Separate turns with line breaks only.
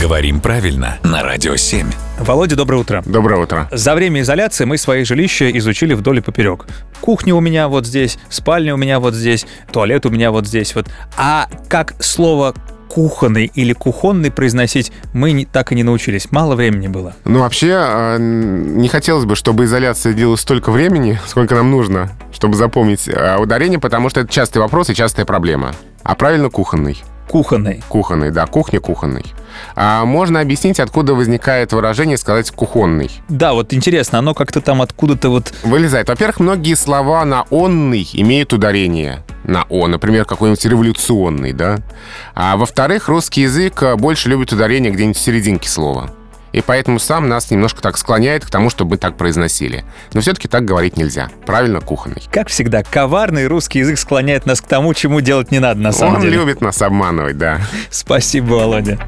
Говорим правильно на Радио 7.
Володя, доброе утро.
Доброе утро.
За время изоляции мы свои жилища изучили вдоль и поперек. Кухня у меня вот здесь, спальня у меня вот здесь, туалет у меня вот здесь вот. А как слово кухонный или кухонный произносить мы не- так и не научились. Мало времени было.
Ну, вообще, э, не хотелось бы, чтобы изоляция длилась столько времени, сколько нам нужно, чтобы запомнить э, ударение, потому что это частый вопрос и частая проблема. А правильно кухонный.
Кухонный.
Кухонный, да, кухня кухонный. А можно объяснить, откуда возникает выражение сказать кухонный.
Да, вот интересно, оно как-то там откуда-то вот...
Вылезает. Во-первых, многие слова на «онный» имеют ударение на «о», например, какой-нибудь «революционный», да? А во-вторых, русский язык э, больше любит ударение где-нибудь в серединке слова. И поэтому сам нас немножко так склоняет к тому, чтобы так произносили. Но все-таки так говорить нельзя. Правильно, кухонный.
Как всегда, коварный русский язык склоняет нас к тому, чему делать не надо на самом
Он
деле.
любит нас обманывать, да.
Спасибо, Володя.